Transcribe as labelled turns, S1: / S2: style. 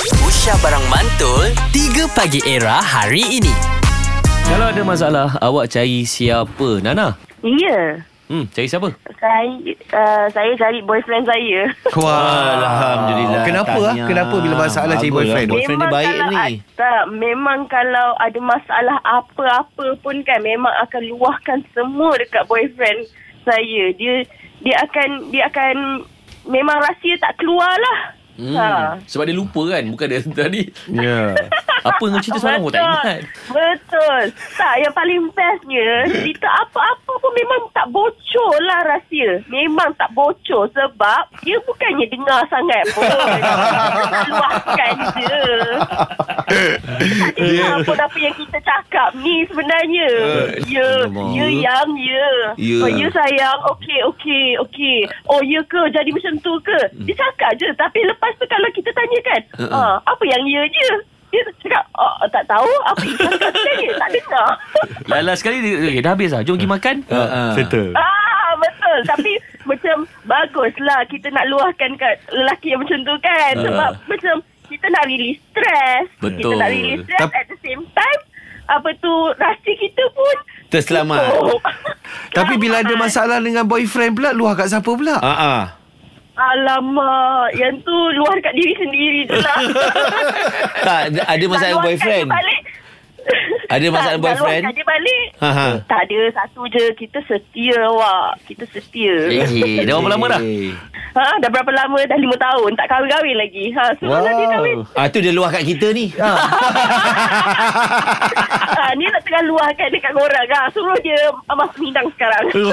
S1: Aisyah Barang Mantul 3 Pagi Era hari ini
S2: Kalau ada masalah, awak cari siapa? Nana?
S3: Ya.
S2: Hmm, cari siapa?
S3: Saya uh, saya cari boyfriend saya.
S4: Wah,
S5: Alhamdulillah.
S4: Kenapa ah?
S5: Tahniah.
S4: Kenapa bila masalah cari
S5: Bagus
S4: boyfriend?
S5: lah. Boyfriend dia baik
S3: kalau
S5: ni.
S3: Ada, tak, memang kalau ada masalah apa-apa pun kan memang akan luahkan semua dekat boyfriend saya. Dia dia akan dia akan memang rahsia tak keluar lah.
S2: Hmm.
S3: Ha.
S2: Sebab dia lupa kan? Bukan dia tadi.
S4: Ya.
S2: Apa yang kau cerita semalam kau tak ingat?
S3: Betul. Tak, yang paling bestnya, cerita apa-apa pun memang tak bocor lah rahsia. Memang tak bocor sebab dia bukannya dengar sangat pun. Dia Luahkan je. Tak dengar pun apa yang kita cakap ni sebenarnya. Ya, ya yang ya.
S5: Ya.
S3: Oh, ya sayang. Okey, okey, okey. Oh, ya ke? Jadi macam tu ke? Dia cakap je. Tapi lepas tu kalau kita tanya kan, ah, apa yang ya je? Dia cakap oh, Tak tahu Apa yang cakap Saya tak dengar
S2: Lala sekali dia, okay, dah habis lah. Jom pergi makan.
S5: Ah.
S4: Settle.
S3: Ah betul Tapi Macam Baguslah Kita nak luahkan kat Lelaki yang macam tu kan
S5: Ah.
S3: Sebab Macam Kita nak release stress Kita
S2: Betul.
S3: nak release stress
S4: Tap-
S3: At the same time Apa tu Rahsia kita pun
S5: Terselamat.
S3: oh.
S4: Tapi bila ada masalah dengan boyfriend pula, luah kat siapa pula?
S5: Ah ah.
S3: Alamak Yang tu Luar kat diri sendiri je lah
S5: Tak ada- ada masalah
S3: Tak,
S5: boyfriend.
S3: luahkan dia balik.
S5: Ada masalah
S3: tak, tak
S5: boyfriend?
S3: luahkan dia balik
S5: Ha ha.
S3: Tak ada satu je Kita setia awak Kita setia
S2: Eh, dah berapa lama dah?
S3: ha, Dah berapa lama Dah lima tahun Tak kahwin-kahwin lagi ha, Sebelum wow. dia kahwin
S5: Ah tu dia luah kat kita ni.
S3: ha, Ni nak tengah luahkan dekat korang ha. Suruh dia Mas Minang sekarang
S6: 3